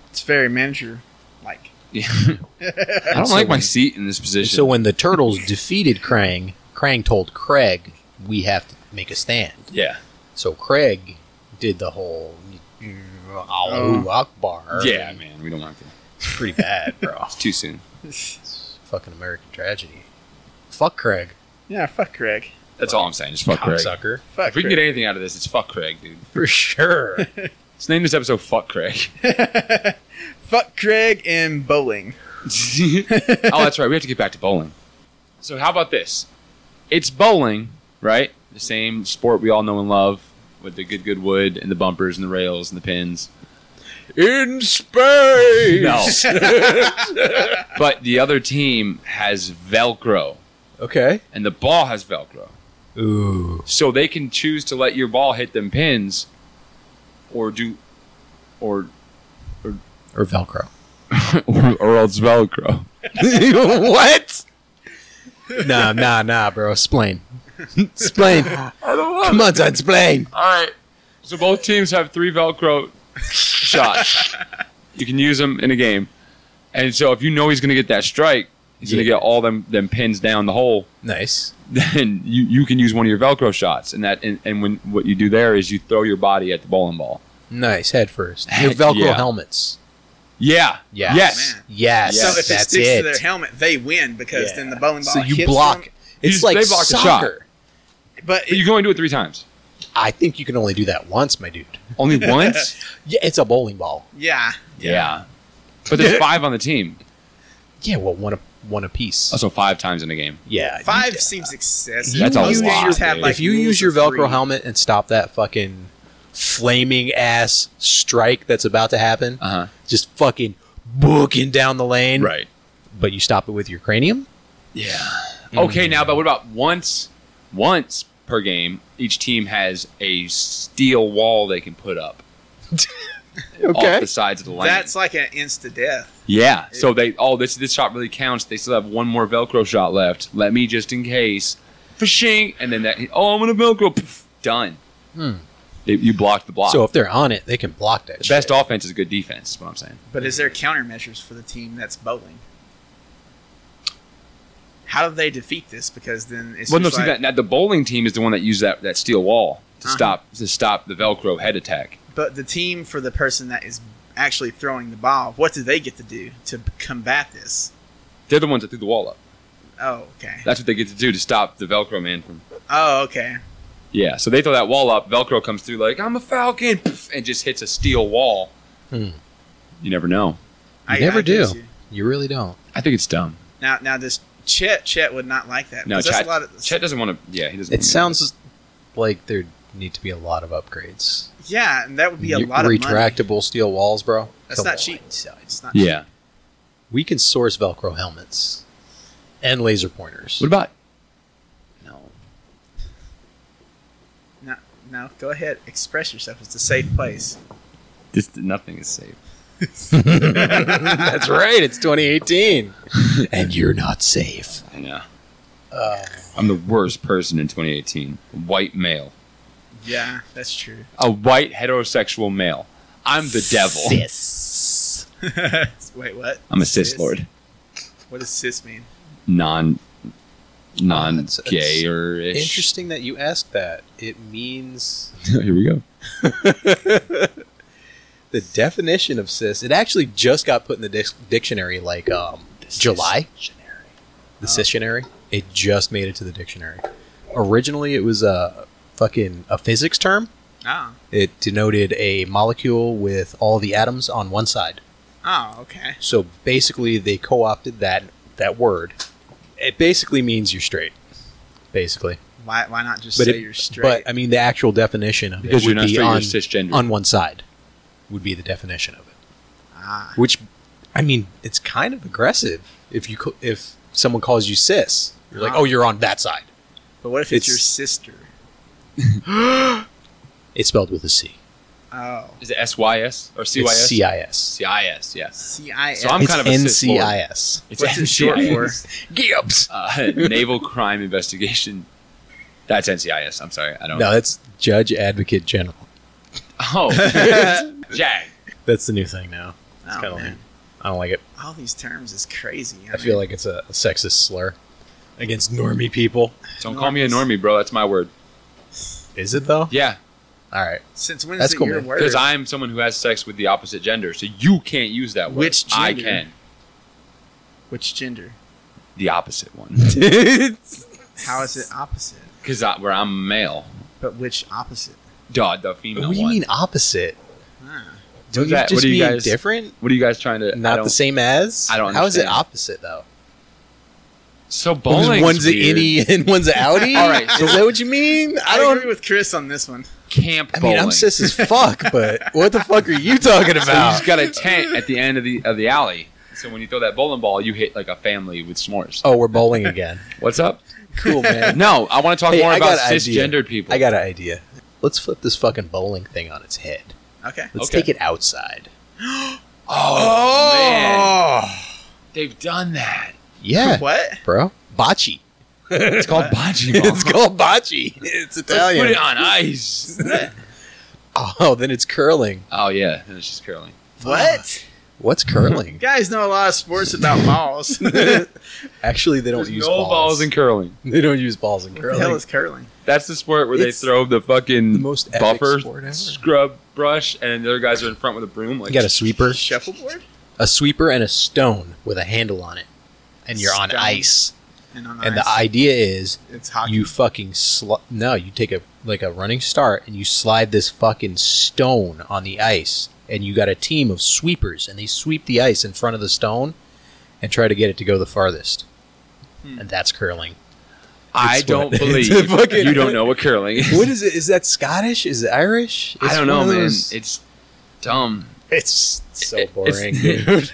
Speaker 4: It's very manager like.
Speaker 2: Yeah. I don't like my seat in this position.
Speaker 1: So when the turtles defeated Krang, Krang told Craig, "We have to make a stand."
Speaker 2: yeah,
Speaker 1: So Craig did the whole "Mm, Allahu Akbar.
Speaker 2: yeah, man, we don't want to.
Speaker 1: It's pretty bad, bro.
Speaker 2: It's too soon.
Speaker 1: It's fucking American tragedy. Fuck Craig,
Speaker 4: yeah, fuck Craig.
Speaker 2: That's all I'm saying. Just fuck Craig.
Speaker 1: cocksucker,
Speaker 4: Fuck.
Speaker 2: If we can
Speaker 4: Craig.
Speaker 2: get anything out of this, it's fuck Craig, dude.
Speaker 1: for sure.
Speaker 2: Let's name this episode "Fuck Craig."
Speaker 4: Fuck Craig and bowling.
Speaker 2: oh, that's right. We have to get back to bowling. So how about this? It's bowling, right? The same sport we all know and love with the good good wood and the bumpers and the rails and the pins.
Speaker 5: In space.
Speaker 2: No. but the other team has Velcro
Speaker 1: Okay.
Speaker 2: and the ball has Velcro.
Speaker 1: Ooh.
Speaker 2: So they can choose to let your ball hit them pins or do or
Speaker 1: Or Velcro.
Speaker 2: or, or else Velcro. what?
Speaker 1: nah, nah, nah, bro. Explain. Explain. Come on, son. Explain.
Speaker 2: All right. So both teams have three Velcro shots. You can use them in a game. And so if you know he's going to get that strike, he's going to
Speaker 1: Yeah.
Speaker 2: get all them, them pins down the hole,
Speaker 1: Nice.
Speaker 2: then you, you can use one of your Velcro shots. And that and, and when what you do there is you throw your body at the bowling ball.
Speaker 1: Nice. Head first. Your
Speaker 2: Heck
Speaker 1: Velcro
Speaker 2: yeah.
Speaker 1: helmets.
Speaker 2: Yeah.
Speaker 1: Yes.
Speaker 2: Yes.
Speaker 4: Man.
Speaker 1: Yes.
Speaker 4: so if it
Speaker 1: that's
Speaker 4: sticks to their
Speaker 1: it.
Speaker 4: helmet, they win because
Speaker 1: Yeah.
Speaker 4: then the bowling ball
Speaker 1: so you
Speaker 4: hits
Speaker 1: block.
Speaker 4: them.
Speaker 1: It's
Speaker 2: You-
Speaker 1: like
Speaker 2: they block the shot.
Speaker 1: soccer.
Speaker 4: But
Speaker 2: But you
Speaker 4: it,
Speaker 2: can only do it three times.
Speaker 1: I think you can only do that once, my dude.
Speaker 2: Only once?
Speaker 1: Yeah, it's a bowling ball.
Speaker 4: yeah,
Speaker 2: yeah. But there's five on the team.
Speaker 1: Yeah, well, one a one a piece.
Speaker 2: Also five times in a game.
Speaker 1: Yeah, you-
Speaker 4: five seems excessive.
Speaker 2: That's a
Speaker 4: Most
Speaker 2: lot,
Speaker 4: games have,
Speaker 2: dude.
Speaker 4: like,
Speaker 1: if you
Speaker 4: rules
Speaker 1: use your
Speaker 4: of
Speaker 1: Velcro
Speaker 4: three.
Speaker 1: helmet and stop that fucking flaming ass strike that's about to happen,
Speaker 4: Uh.
Speaker 2: Uh-huh.
Speaker 1: just fucking booking down the lane.
Speaker 2: Right.
Speaker 1: But you stop it with your cranium.
Speaker 2: Yeah.
Speaker 4: Mm-hmm.
Speaker 2: Okay, now, but what about once, once per game, each team has a steel wall they can put up off the sides of the lane.
Speaker 4: That's like an insta death.
Speaker 2: yeah. So they, oh, this this shot really counts. They still have one more Velcro shot left. Let me just in case, fishing, and then that. Oh, I'm gonna Velcro. Poof, done.
Speaker 1: Hmm.
Speaker 2: They- you blocked the block.
Speaker 1: So if they're on it, they can block that.
Speaker 2: the
Speaker 1: shit.
Speaker 2: best offense is good defense. Is what I'm saying.
Speaker 4: But is there countermeasures for the team that's bowling? How do they defeat this? Because then it's
Speaker 2: well, no,
Speaker 4: just
Speaker 2: see
Speaker 4: like,
Speaker 2: that, that the bowling team is the one that used that, that steel wall to
Speaker 4: Uh-huh.
Speaker 2: stop to stop the Velcro head attack.
Speaker 4: but the team for the person that is actually throwing the ball, what do they get to do to combat this?
Speaker 2: They're the ones that threw the wall up.
Speaker 4: Oh, okay.
Speaker 2: That's what they get to do to stop the Velcro man from
Speaker 4: Oh, okay.
Speaker 2: Yeah, so they throw that wall up. Velcro comes through like I'm a falcon, poof, and just hits a steel wall.
Speaker 1: Hmm.
Speaker 2: You never know.
Speaker 1: You never
Speaker 4: get
Speaker 1: do.
Speaker 4: you.
Speaker 1: you really don't.
Speaker 2: I think it's dumb.
Speaker 4: Now, now, this Chet Chet would not like that.
Speaker 2: No,
Speaker 4: 'cause that's
Speaker 2: Chet,
Speaker 4: a lot of-
Speaker 2: Chet doesn't want to. Yeah, he doesn't.
Speaker 1: It
Speaker 2: wanna-
Speaker 1: sounds like there need to be a lot of upgrades.
Speaker 4: Yeah, and that would be a
Speaker 1: You-
Speaker 4: lot of money.
Speaker 1: retractable steel walls, bro.
Speaker 4: That's
Speaker 1: Come
Speaker 4: not
Speaker 1: on,
Speaker 4: cheap.
Speaker 1: son.
Speaker 4: It's not cheap.
Speaker 2: Yeah.
Speaker 1: We can source Velcro helmets and laser pointers.
Speaker 2: What about? No.
Speaker 4: No, no, go ahead. Express yourself. It's a safe place.
Speaker 2: This nothing is safe.
Speaker 1: That's right. It's 2018, and you're not safe.
Speaker 2: I know.
Speaker 1: Uh,
Speaker 2: I'm the worst person in 2018. White male.
Speaker 4: Yeah, that's true.
Speaker 2: A white heterosexual male. I'm the devil.
Speaker 1: Sis.
Speaker 4: Wait, what?
Speaker 2: I'm a cis lord.
Speaker 4: What does cis mean?
Speaker 2: Non. Non
Speaker 1: That's- that's
Speaker 2: gay or ish.
Speaker 1: Interesting that you asked that. It means
Speaker 2: Here we go.
Speaker 1: the definition of cis. It actually just got put in the dis- dictionary, like um, July. The cissionary. It just made it to the dictionary. Originally, it was a fucking a physics term.
Speaker 4: Oh,
Speaker 1: It denoted a molecule with all the atoms on one side.
Speaker 4: oh, okay.
Speaker 1: So basically, they co-opted that that word. It basically means you're straight, basically.
Speaker 4: Why, why not just
Speaker 1: But
Speaker 4: say
Speaker 1: it-
Speaker 4: you're straight?
Speaker 1: But I mean, the actual definition of
Speaker 2: Because
Speaker 1: it would
Speaker 2: you're not
Speaker 1: be
Speaker 2: straight,
Speaker 1: on,
Speaker 2: you're cisgender.
Speaker 1: on one side. Would be the definition of it.
Speaker 4: ah,
Speaker 1: Which, I mean, it's kind of aggressive if you co- if someone calls you cis. You're like,
Speaker 4: Ah.
Speaker 2: Uh-huh.
Speaker 1: oh, you're on that side.
Speaker 4: but what if
Speaker 1: it's-
Speaker 4: it's, your sister?
Speaker 1: It's spelled with a C.
Speaker 4: Oh,
Speaker 2: Is it S Y S or C Y
Speaker 1: It's
Speaker 2: S?
Speaker 1: C I S.
Speaker 2: C I S. Yes.
Speaker 4: C I
Speaker 2: So I'm
Speaker 1: It's
Speaker 2: kind of a
Speaker 1: N
Speaker 2: cis
Speaker 1: C
Speaker 2: lord.
Speaker 1: I S.
Speaker 2: It's
Speaker 4: What's it short for?
Speaker 2: NCIS.
Speaker 1: Gibbs.
Speaker 2: Uh, Naval Crime Investigation. That's NCIS. I'm sorry. I don't
Speaker 1: No, that's Judge Advocate General.
Speaker 2: Oh. Jag.
Speaker 1: That's the new thing now. It's
Speaker 4: Oh,
Speaker 1: kind of
Speaker 4: man.
Speaker 1: lame. I don't like it.
Speaker 4: All these terms is crazy.
Speaker 1: I feel like it's a, a sexist slur against normie people.
Speaker 2: Don't call me a normie, bro. That's my word.
Speaker 1: Is it though?
Speaker 2: Yeah,
Speaker 1: All right.
Speaker 4: since when is
Speaker 1: That's
Speaker 4: it
Speaker 1: cool,
Speaker 4: your
Speaker 1: man.
Speaker 4: word?
Speaker 2: because I'm someone who has sex with the opposite gender, so you can't use that word.
Speaker 4: Which
Speaker 2: I
Speaker 4: gender?
Speaker 2: can.
Speaker 4: Which gender?
Speaker 2: The opposite one.
Speaker 4: How is it opposite?
Speaker 2: Because where I'm male.
Speaker 4: But which opposite?
Speaker 2: Duh, the female
Speaker 1: what do you
Speaker 2: one.
Speaker 1: mean opposite?
Speaker 4: Ah.
Speaker 2: What
Speaker 1: Don't
Speaker 2: is
Speaker 1: you
Speaker 2: that?
Speaker 1: just
Speaker 2: What are you
Speaker 1: mean
Speaker 2: guys?
Speaker 1: different?
Speaker 2: What are you guys trying to? I
Speaker 1: Not
Speaker 2: don't-
Speaker 1: the same as.
Speaker 2: I don't
Speaker 1: How is it
Speaker 2: understand.
Speaker 1: opposite though?
Speaker 2: So
Speaker 1: Because
Speaker 2: bowling.
Speaker 1: one's an innie and one's an outie.
Speaker 2: All right, so-
Speaker 1: is that what you mean? I don't.
Speaker 4: agree with Chris on this one.
Speaker 2: camp
Speaker 1: I
Speaker 2: bowling.
Speaker 1: mean, I'm cis as fuck, but what the fuck are you talking
Speaker 2: So you
Speaker 1: about?
Speaker 2: just got a tent at the end of the of the alley. So when you throw that bowling ball, you hit like a family with s'mores.
Speaker 1: oh, we're bowling again.
Speaker 2: What's up?
Speaker 1: Cool, man.
Speaker 2: No, I want to talk
Speaker 1: Hey,
Speaker 2: more
Speaker 1: I
Speaker 2: about
Speaker 1: got an idea.
Speaker 2: cisgendered people.
Speaker 1: I got an idea. Let's flip this fucking bowling thing on its head.
Speaker 4: Okay.
Speaker 1: Let's
Speaker 2: Okay.
Speaker 1: take it outside.
Speaker 2: oh man, they've done that.
Speaker 1: Yeah,
Speaker 4: What?
Speaker 1: bro. Bocce.
Speaker 2: It's called bocce ball.
Speaker 1: it's called bocce. It's
Speaker 2: Let's put it
Speaker 1: Italian.
Speaker 2: on ice.
Speaker 1: Oh, then it's curling.
Speaker 2: oh yeah, and it's just curling.
Speaker 4: What?
Speaker 1: What's curling?
Speaker 4: Guys know a lot of sports about balls. what the
Speaker 1: Actually, they don't
Speaker 2: There's
Speaker 1: use
Speaker 2: no
Speaker 1: balls.
Speaker 2: balls in curling.
Speaker 1: they don't use balls in curling.
Speaker 4: hell is curling?
Speaker 2: That's the sport where
Speaker 1: It's
Speaker 2: they throw the fucking
Speaker 1: the most epic
Speaker 2: buffer
Speaker 1: sport ever.
Speaker 2: scrub brush, and the other guys are in front with a broom. Like
Speaker 1: You got a sweeper,
Speaker 4: Shuffleboard?
Speaker 1: a sweeper, and a stone with a handle on it, and you're on
Speaker 4: Stone.
Speaker 1: ice.
Speaker 4: And, on
Speaker 1: And the
Speaker 4: ice,
Speaker 1: idea is
Speaker 4: It's hockey.
Speaker 1: you fucking sli- no, you take a like a running start and you slide this fucking stone on the ice, and you got a team of sweepers, and they sweep the ice in front of the stone, and try to get it to go the farthest.
Speaker 4: Hmm.
Speaker 1: And that's curling. It's
Speaker 2: I
Speaker 1: what-
Speaker 2: don't
Speaker 1: it's
Speaker 2: believe
Speaker 1: a fucking-
Speaker 2: you don't know what curling is.
Speaker 1: what is it? Is that Scottish? Is it Irish?
Speaker 2: I don't know, man. It's dumb.
Speaker 1: It's so
Speaker 2: It- it's-
Speaker 1: boring, dude.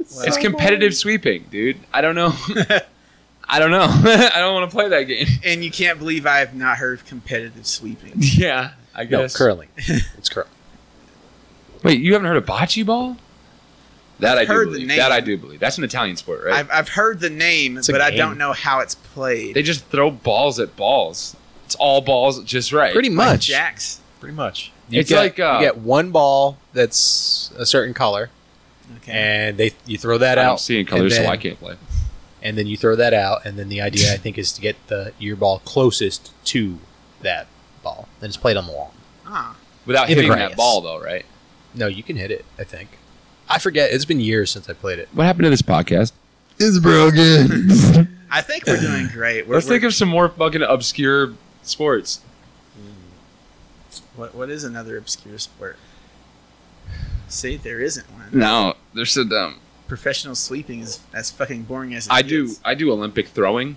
Speaker 2: it's competitive sweeping, dude. I don't know. I don't know. I don't want to play that game.
Speaker 4: and you can't believe I have not heard of competitive sweeping.
Speaker 2: Yeah, I
Speaker 1: No,
Speaker 2: guess.
Speaker 1: curling. It's curling.
Speaker 2: Wait, you haven't heard of bocce ball? That I
Speaker 4: I've
Speaker 2: do
Speaker 4: heard the
Speaker 2: believe.
Speaker 4: name.
Speaker 2: That I do believe. That's an Italian sport, right?
Speaker 4: I've, I've heard the name,
Speaker 1: a
Speaker 4: but I
Speaker 1: game.
Speaker 4: don't know how it's played.
Speaker 2: they just throw balls at balls. It's all balls, just right.
Speaker 1: Pretty
Speaker 4: Like
Speaker 1: much.
Speaker 4: Jacks.
Speaker 1: Pretty much.
Speaker 2: It's like, uh,
Speaker 1: you get one ball that's a certain color,
Speaker 4: Okay.
Speaker 1: and they you throw
Speaker 2: I
Speaker 1: that
Speaker 2: don't
Speaker 1: out.
Speaker 2: see in
Speaker 1: and
Speaker 2: colors, so
Speaker 1: then-
Speaker 2: I can't play.
Speaker 1: And then you throw that out, and then the idea I think is to get the your ball closest to that ball, and it's played on the wall.
Speaker 4: Ah.
Speaker 2: Without
Speaker 1: in the
Speaker 2: hitting
Speaker 1: grass.
Speaker 2: that ball, though, right?
Speaker 1: No, you can hit it. I think. I forget. It's been years since I played it.
Speaker 2: What happened to this podcast?
Speaker 1: It's broken.
Speaker 4: I think we're doing great. We're,
Speaker 2: Let's
Speaker 4: we're,
Speaker 2: think of some more fucking obscure sports.
Speaker 4: what, what is another obscure sport? See, there isn't one.
Speaker 2: No, they're so dumb.
Speaker 4: Professional sweeping is as fucking boring as it
Speaker 2: I do.
Speaker 4: gets.
Speaker 2: I do Olympic throwing.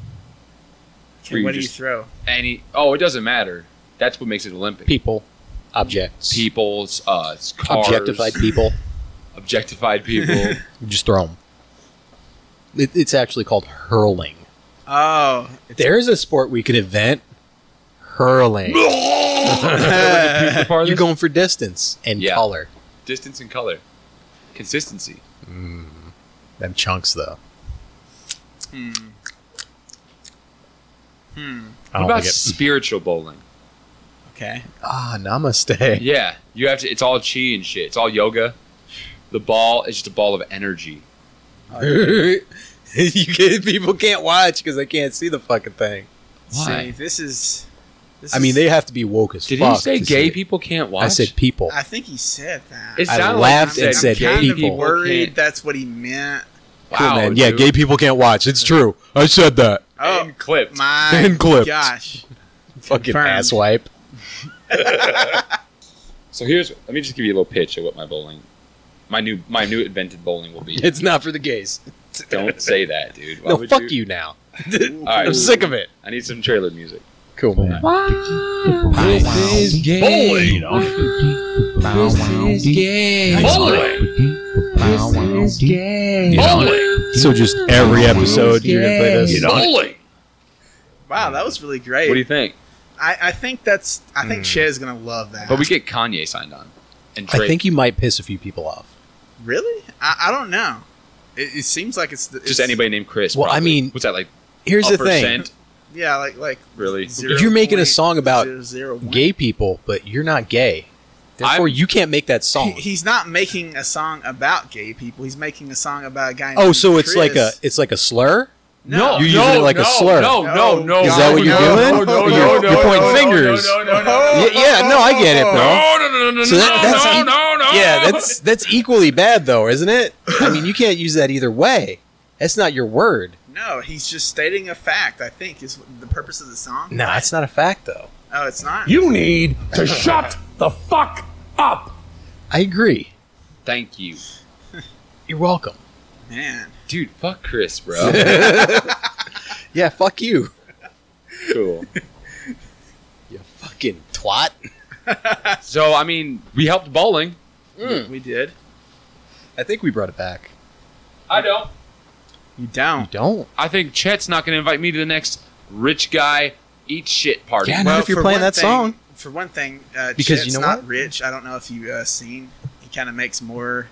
Speaker 4: Okay,
Speaker 2: you
Speaker 4: what do you
Speaker 2: just-
Speaker 4: throw?
Speaker 2: Any? Oh, it doesn't matter. That's what makes it Olympic.
Speaker 1: People, objects,
Speaker 2: People's uh, it's cars,
Speaker 1: objectified people.
Speaker 2: objectified people.
Speaker 1: You just throw them. It, it's actually called hurling.
Speaker 4: Oh,
Speaker 1: There's a sport we could invent. Hurling.
Speaker 2: The farthest-
Speaker 1: You're going for distance and
Speaker 2: Yeah.
Speaker 1: color.
Speaker 2: distance and color, consistency.
Speaker 1: Them chunks, though.
Speaker 4: hmm. Hmm.
Speaker 1: I
Speaker 2: What
Speaker 1: don't
Speaker 2: about
Speaker 1: think it-
Speaker 2: spiritual bowling?
Speaker 4: Okay.
Speaker 1: ah, namaste.
Speaker 2: Yeah, you have to. It's all chi and shit. It's all yoga. The ball is just a ball of energy.
Speaker 1: you can, people can't watch because they can't see the fucking thing.
Speaker 4: See, this is. This
Speaker 1: I mean,
Speaker 4: is-
Speaker 1: they have to be woke as
Speaker 2: Did
Speaker 1: fuck.
Speaker 2: he say
Speaker 1: to
Speaker 2: gay
Speaker 1: see it.
Speaker 2: people can't watch?
Speaker 1: I said people.
Speaker 4: I think he said that.
Speaker 2: It
Speaker 1: I
Speaker 2: sounded
Speaker 1: laughed and
Speaker 2: like he
Speaker 1: said
Speaker 2: gay
Speaker 4: kind
Speaker 1: people.
Speaker 4: of worried
Speaker 2: can't.
Speaker 4: that's what he meant.
Speaker 1: Cool,
Speaker 2: Wow,
Speaker 1: man. Yeah,
Speaker 2: dude.
Speaker 1: gay people can't watch. It's true. I said that.
Speaker 4: Oh
Speaker 2: and clipped.
Speaker 4: my
Speaker 1: And clipped.
Speaker 4: gosh!
Speaker 1: Fucking
Speaker 4: Confirmed.
Speaker 1: asswipe.
Speaker 2: So here's. Let me just give you a little pitch of what my bowling, my new, my new invented bowling will be.
Speaker 1: It's not for the gays.
Speaker 2: Don't say that, dude. Why
Speaker 1: no,
Speaker 2: would
Speaker 1: fuck you, now.
Speaker 2: All right.
Speaker 1: I'm sick of it.
Speaker 2: I need some trailer music.
Speaker 1: Cool, man.
Speaker 2: This is gay. Bowling. Bowling.
Speaker 1: So just every episode you're gonna play this.
Speaker 2: Bowling.
Speaker 4: Wow, that was really great.
Speaker 2: What do you think?
Speaker 4: I, I think that's. I think Chet is gonna love that.
Speaker 2: But we get Kanye signed on. And
Speaker 1: I
Speaker 2: Drake.
Speaker 1: think you might piss a few people off.
Speaker 4: really? I, I don't know. It, it seems like it's, the, it's
Speaker 2: just anybody named Chris.
Speaker 1: Well, I
Speaker 2: probably.
Speaker 1: mean,
Speaker 2: what's that like?
Speaker 1: Here's the
Speaker 2: a
Speaker 1: thing.
Speaker 2: percent?
Speaker 4: Yeah, like like
Speaker 2: Really?
Speaker 4: zero
Speaker 1: You're making a
Speaker 4: point
Speaker 1: song about
Speaker 4: zero zero one.
Speaker 1: Gay people, but you're not gay. Therefore, you can't make that
Speaker 4: He-
Speaker 1: song.
Speaker 4: he's not making a song about gay people. He's making a song about a guy.
Speaker 1: oh,
Speaker 4: named
Speaker 1: so it's like a
Speaker 4: Chris.
Speaker 1: it's like a slur.
Speaker 4: no.
Speaker 1: You're using it like a slur.
Speaker 2: No, no, no.
Speaker 1: Is that what you're
Speaker 2: no,
Speaker 1: doing?
Speaker 2: No, no,
Speaker 1: You're-
Speaker 2: no,
Speaker 1: you're
Speaker 2: no,
Speaker 1: pointing
Speaker 2: no,
Speaker 1: fingers.
Speaker 2: No, no, no, no.
Speaker 1: Yeah, yeah, no, I get it, bro.
Speaker 2: No, no, no, no, no,
Speaker 1: So that-
Speaker 2: no,
Speaker 1: that's
Speaker 2: no,
Speaker 1: e-
Speaker 2: no, no.
Speaker 1: Yeah, that's that's equally bad though, isn't it? I mean, you can't use that either way. That's not your word.
Speaker 4: No, he's just stating a fact. I think is the purpose of the song.
Speaker 1: No, it's not a fact though.
Speaker 4: Oh, it's not.
Speaker 6: You need to shut the fuck up.
Speaker 1: I agree.
Speaker 2: Thank you,
Speaker 1: You're welcome.
Speaker 4: Man,
Speaker 2: dude. Fuck Chris, bro.
Speaker 1: Yeah, fuck you.
Speaker 2: cool.
Speaker 1: You fucking twat.
Speaker 2: So I mean, we helped bowling.
Speaker 1: Hmm.
Speaker 4: we did.
Speaker 1: I think we brought it back.
Speaker 2: I don't.
Speaker 4: You
Speaker 1: You
Speaker 4: down?
Speaker 1: don't.
Speaker 2: I think Chet's not going to invite me to the next rich guy eat shit party.
Speaker 1: Yeah, not if you're
Speaker 4: for
Speaker 1: playing
Speaker 4: one
Speaker 1: that
Speaker 4: thing-
Speaker 1: song.
Speaker 4: For one thing, uh,
Speaker 1: Because
Speaker 4: because
Speaker 1: you
Speaker 4: you
Speaker 1: know
Speaker 4: not
Speaker 1: what?
Speaker 4: rich. I don't know if you uh, seen. He kind of makes more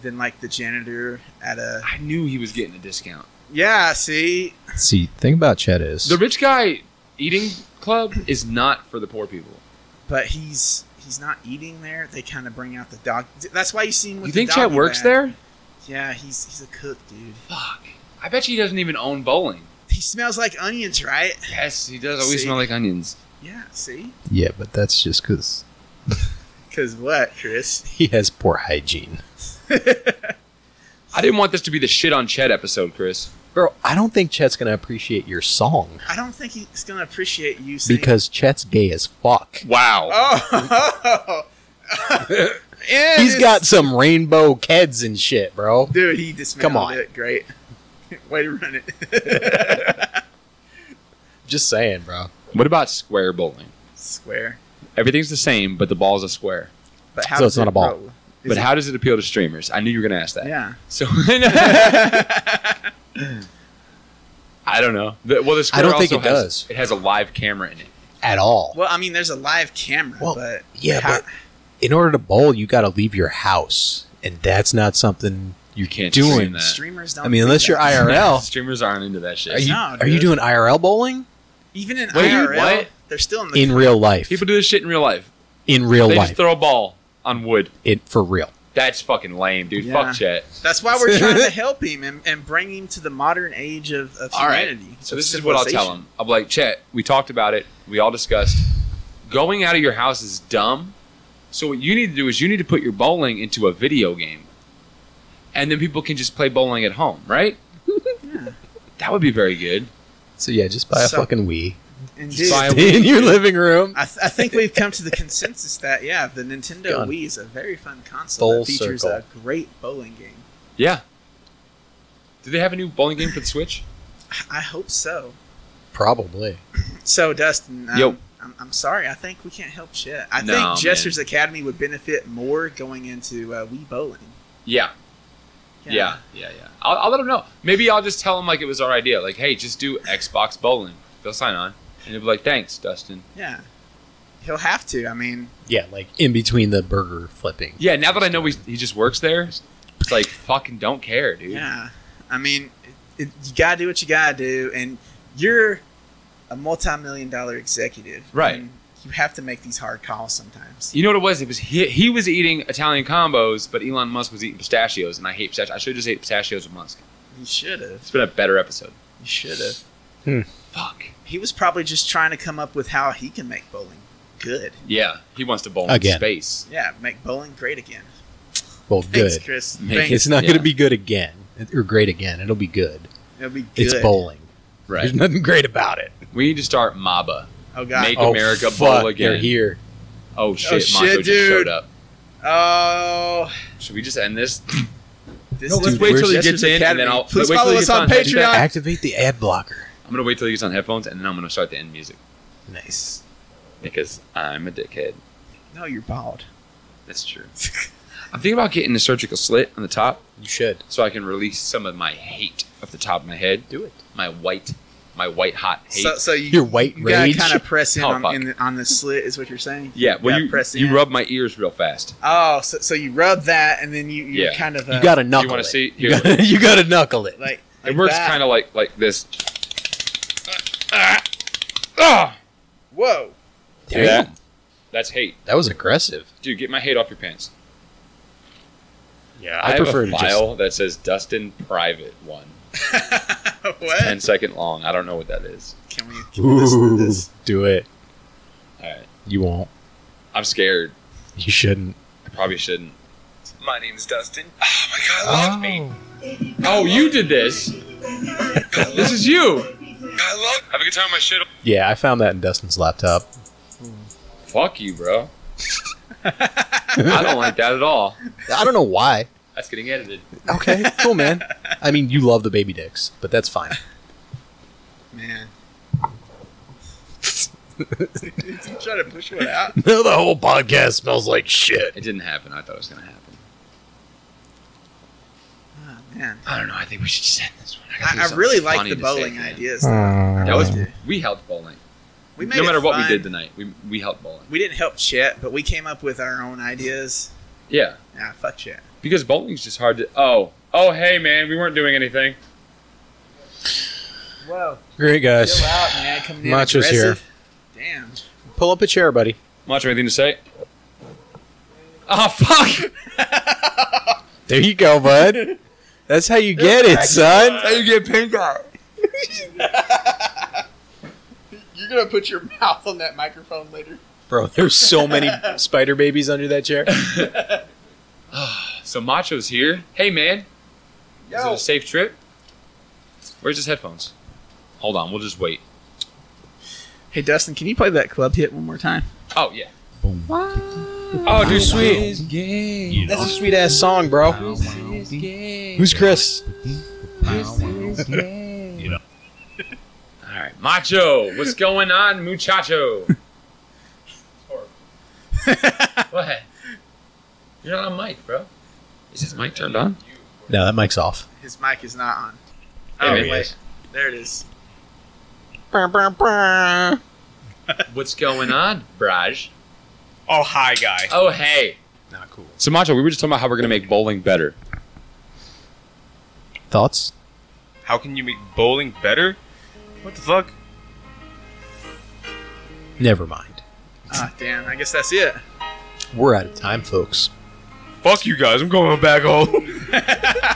Speaker 4: than like the janitor at a.
Speaker 2: I knew he was getting a discount.
Speaker 4: Yeah, see,
Speaker 1: See, thing about Chet is
Speaker 2: The rich guy eating club is not for the poor people.
Speaker 4: but he's he's not eating there. They kind of bring out the dog. That's why you seen. With
Speaker 2: you
Speaker 4: the
Speaker 2: think Chet
Speaker 4: doggy
Speaker 2: works
Speaker 4: bag.
Speaker 2: there?
Speaker 4: Yeah, he's he's a cook, dude.
Speaker 2: Fuck. I bet you he doesn't even own bowling.
Speaker 4: He smells like onions, right?
Speaker 2: Yes, he does always
Speaker 4: See?
Speaker 2: smell like onions.
Speaker 4: Yeah, see,
Speaker 1: yeah, but that's just because
Speaker 4: because what, Chris?
Speaker 1: he has poor hygiene.
Speaker 2: I didn't want this to be the shit on Chet episode, Chris.
Speaker 1: Bro, I don't think Chet's gonna appreciate your song
Speaker 4: I don't think he's gonna appreciate you saying
Speaker 1: because Chet's gay as fuck.
Speaker 2: Wow.
Speaker 4: Oh,
Speaker 2: Oh.
Speaker 4: Yeah,
Speaker 1: He's
Speaker 4: this-
Speaker 1: got some rainbow keds and shit, bro.
Speaker 4: dude. He dismantled
Speaker 1: Come on.
Speaker 4: it. Great way to run it.
Speaker 1: Just saying, bro.
Speaker 2: What about square bowling?
Speaker 4: Square,
Speaker 2: Everything's the same, but the ball's a square.
Speaker 4: but how
Speaker 1: So
Speaker 4: does
Speaker 1: it's not
Speaker 4: it
Speaker 1: a ball.
Speaker 4: roll? Is
Speaker 2: but
Speaker 4: it-
Speaker 2: how does it appeal to streamers? I knew you were going to ask that.
Speaker 4: Yeah,
Speaker 2: So I don't know. The- well, the square
Speaker 1: don't think
Speaker 2: also
Speaker 1: it
Speaker 2: has-
Speaker 1: does.
Speaker 2: It has a live camera in it.
Speaker 1: At all.
Speaker 4: well, I mean, there's a live camera,
Speaker 1: Well,
Speaker 4: but
Speaker 1: Yeah,
Speaker 4: how-
Speaker 1: but in order to bowl, you got to leave your house, and that's not something
Speaker 2: You can't
Speaker 1: Doing
Speaker 2: stream that.
Speaker 4: streamers don't.
Speaker 1: I mean,
Speaker 4: do
Speaker 1: unless you're
Speaker 4: that.
Speaker 1: IRL.
Speaker 2: Streamers aren't into that shit.
Speaker 1: Are you
Speaker 4: No,
Speaker 1: are you doing
Speaker 4: dude.
Speaker 1: IRL bowling
Speaker 4: even in
Speaker 2: Wait,
Speaker 4: IRL,
Speaker 2: what?
Speaker 4: they're still in the
Speaker 1: in real life?
Speaker 2: People do this shit in real life.
Speaker 1: In real
Speaker 2: they
Speaker 1: life,
Speaker 2: just throw a ball on wood.
Speaker 1: it for real.
Speaker 2: That's fucking lame, dude.
Speaker 4: Yeah.
Speaker 2: Fuck chat.
Speaker 4: That's why we're trying to help him and, and bring him to the modern age of, of
Speaker 2: All right.
Speaker 4: humanity.
Speaker 2: So
Speaker 4: of
Speaker 2: this is what I'll tell
Speaker 4: civilization.
Speaker 2: them. I'm like, Chet, we talked about it. We all discussed. Going out of your house is dumb. So what you need to do is you need to put your bowling into a video game. And then people can just play bowling at home, right? That would be very good.
Speaker 1: So yeah, just buy a
Speaker 4: So-
Speaker 1: fucking Wii
Speaker 4: And
Speaker 2: Just
Speaker 4: dude,
Speaker 2: buy a Wii.
Speaker 1: in your living room.
Speaker 4: I, th- I think we've come to the consensus that yeah, the Nintendo
Speaker 1: Gone.
Speaker 4: Wii is a very fun console
Speaker 1: Full
Speaker 4: that features
Speaker 1: circle.
Speaker 4: a great bowling game.
Speaker 2: Yeah. Do they have a new bowling game for the Switch?
Speaker 4: I hope so.
Speaker 1: Probably.
Speaker 4: So Dustin, um,
Speaker 2: Yo.
Speaker 4: I'm, I'm sorry. I think we can't help shit. I
Speaker 2: No, man.
Speaker 4: think Jester's Academy would benefit more going into uh, Wii bowling.
Speaker 2: Yeah. Yeah. Yeah. Yeah. I'll, I'll let them know. Maybe I'll just tell them like it was our idea. Like, hey, just do Xbox bowling. They'll sign on. And they'll be like, thanks, Dustin.
Speaker 4: yeah. He'll have to. I mean,
Speaker 1: Yeah, like in between the burger flipping.
Speaker 2: Yeah, now that I know he, he just works there, it's like fucking don't care, dude.
Speaker 4: Yeah, I mean, it, it, you gotta do what you gotta do, and you're a multi-million dollar executive,
Speaker 2: Right.
Speaker 4: and you have to make these hard calls sometimes.
Speaker 2: You know what it was? It was he, he was eating Italian combos, but Elon Musk was eating pistachios, and I hate pistachios. I should have just ate pistachios with Musk.
Speaker 4: You should have.
Speaker 2: It's been a better episode.
Speaker 4: You should have.
Speaker 2: Fuck.
Speaker 4: He was probably just trying to come up with how he can make bowling good.
Speaker 2: Yeah, he wants to bowl
Speaker 1: Again.
Speaker 2: in space.
Speaker 4: Yeah, make bowling great again.
Speaker 1: Well,
Speaker 4: Thanks,
Speaker 1: good.
Speaker 4: Chris.
Speaker 2: Make
Speaker 4: Thanks.
Speaker 1: It's not
Speaker 2: Yeah.
Speaker 1: going to be good again or great again. It'll be good.
Speaker 4: It'll be good.
Speaker 1: It's bowling.
Speaker 2: Right.
Speaker 1: There's nothing great about it.
Speaker 2: We need to start MABA.
Speaker 4: Oh god.
Speaker 2: Make- America bowl
Speaker 1: fuck,
Speaker 2: again.
Speaker 1: They're here.
Speaker 2: Oh shit,
Speaker 4: shit,
Speaker 2: Mongo just
Speaker 4: dude.
Speaker 2: showed up.
Speaker 4: oh,
Speaker 2: Should we just end this?
Speaker 4: this
Speaker 2: No, let's
Speaker 4: is
Speaker 2: wait till he
Speaker 4: Jester's
Speaker 2: gets in, and
Speaker 4: Academy.
Speaker 2: then I'll-
Speaker 4: Please
Speaker 2: wait till
Speaker 4: follow
Speaker 2: he
Speaker 4: us
Speaker 2: gets
Speaker 4: on
Speaker 2: on Patreon.
Speaker 4: Patreon.
Speaker 1: Activate the ad blocker.
Speaker 2: I'm gonna wait till he gets on headphones, and then I'm gonna start the end music
Speaker 1: Nice.
Speaker 2: because I'm a dickhead.
Speaker 4: No, you're bald.
Speaker 2: That's true. I'm thinking about getting a surgical slit on the top.
Speaker 1: You should.
Speaker 2: so I can release some of my hate off the top of my head. Do it. My white, my white hot hate.
Speaker 4: So, so you,
Speaker 1: Your white
Speaker 4: you
Speaker 1: rage.
Speaker 4: gotta kind of press in,
Speaker 2: Oh, fuck.
Speaker 4: on, in the, on the slit, is what you're saying.
Speaker 2: yeah, well,
Speaker 4: gotta
Speaker 2: you
Speaker 4: press
Speaker 2: you
Speaker 4: in.
Speaker 2: rub my ears real fast.
Speaker 4: Oh, so, so you rub that, and then you, you
Speaker 2: Yeah.
Speaker 4: kind of uh,
Speaker 1: you got to knuckle
Speaker 2: you
Speaker 1: it.
Speaker 2: want to see?
Speaker 1: You
Speaker 2: Here,
Speaker 1: gotta, you gotta knuckle it.
Speaker 4: like,
Speaker 2: it works kind of like like this. Ah, ah.
Speaker 4: Whoa,
Speaker 2: Damn.
Speaker 1: Damn.
Speaker 2: that's hate,
Speaker 1: That was aggressive.
Speaker 2: dude. Get my hate off your pants.
Speaker 3: Yeah.
Speaker 2: I,
Speaker 1: I
Speaker 2: have
Speaker 1: prefer
Speaker 2: a
Speaker 1: to
Speaker 2: file that says Dustin Private One.
Speaker 4: what?
Speaker 2: Ten second long. I don't know what that is.
Speaker 4: Can we, can we listen to this?
Speaker 1: Do it.
Speaker 2: All right,
Speaker 1: You won't.
Speaker 2: I'm scared.
Speaker 1: You shouldn't.
Speaker 2: I probably shouldn't.
Speaker 6: My name's Dustin. Oh my god, I love me.
Speaker 2: Oh, you did this. this is you.
Speaker 6: I love
Speaker 2: Have a good time with my shit.
Speaker 1: Yeah, I found that in Dustin's laptop.
Speaker 2: Fuck you, bro. I don't like that at all.
Speaker 1: I don't know why.
Speaker 2: That's getting edited.
Speaker 1: Okay, cool, man. I mean, you love the baby dicks, but that's fine.
Speaker 4: Man. Did you try to push one out?
Speaker 1: the whole podcast smells like shit.
Speaker 2: It didn't happen. I thought it was gonna happen.
Speaker 4: Oh, man.
Speaker 2: I don't know. I think we should just end this one. gotta think
Speaker 4: I, I
Speaker 2: something
Speaker 4: really like
Speaker 2: funny
Speaker 4: the
Speaker 2: to say at
Speaker 4: bowling
Speaker 2: end.
Speaker 4: ideas.
Speaker 2: That was
Speaker 4: Yeah.
Speaker 2: we helped bowling.
Speaker 4: We made
Speaker 2: No
Speaker 4: it
Speaker 2: matter what we
Speaker 4: fun.
Speaker 2: did tonight, we we helped bowling.
Speaker 4: we didn't help Chet, but we came up with our own ideas.
Speaker 2: Yeah,
Speaker 4: Nah, fuck Chet.
Speaker 2: because bowling's just hard to. Oh, oh, hey man, we weren't doing anything.
Speaker 4: Whoa.
Speaker 1: Great guys.
Speaker 4: out, man. Coming
Speaker 1: in Macho's here. aggressive.
Speaker 4: Damn.
Speaker 1: Pull up a chair, buddy.
Speaker 2: Macho, anything to say? Oh fuck!
Speaker 1: There you go, bud. That's how you get it, son.
Speaker 2: How you get pink eye?
Speaker 4: You're going to put your mouth on that microphone later.
Speaker 1: Bro, there's so many spider babies under that chair.
Speaker 2: So Macho's here. Hey man, is it
Speaker 4: Yo.
Speaker 2: a safe trip? Where's his headphones? Hold on, we'll just wait.
Speaker 4: Hey, Dustin, can you play that club hit one more time?
Speaker 2: Oh yeah. Oh, dude, sweet.
Speaker 1: That's a sweet ass song, bro. Who's Chris?
Speaker 2: All right, Macho, what's going on, muchacho? what? You're not on mic, bro. Is his mic turned on?
Speaker 1: No, that mic's off.
Speaker 4: His mic is not on.
Speaker 2: There
Speaker 4: oh,
Speaker 2: it
Speaker 4: wait.
Speaker 2: is.
Speaker 4: There it is.
Speaker 2: What's going on, Braj?
Speaker 6: Oh, hi, guy.
Speaker 2: Oh, hey.
Speaker 1: Not cool.
Speaker 2: So, Macho, we were just talking about how we're going to make bowling better.
Speaker 1: Thoughts?
Speaker 6: How can you make bowling better? What the fuck?
Speaker 1: Never mind.
Speaker 4: Ah, damn. I guess that's it.
Speaker 1: We're out of time, folks.
Speaker 6: Fuck you guys. I'm going back home.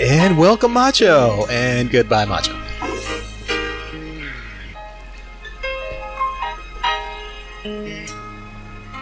Speaker 1: And welcome, Macho. And goodbye, Macho.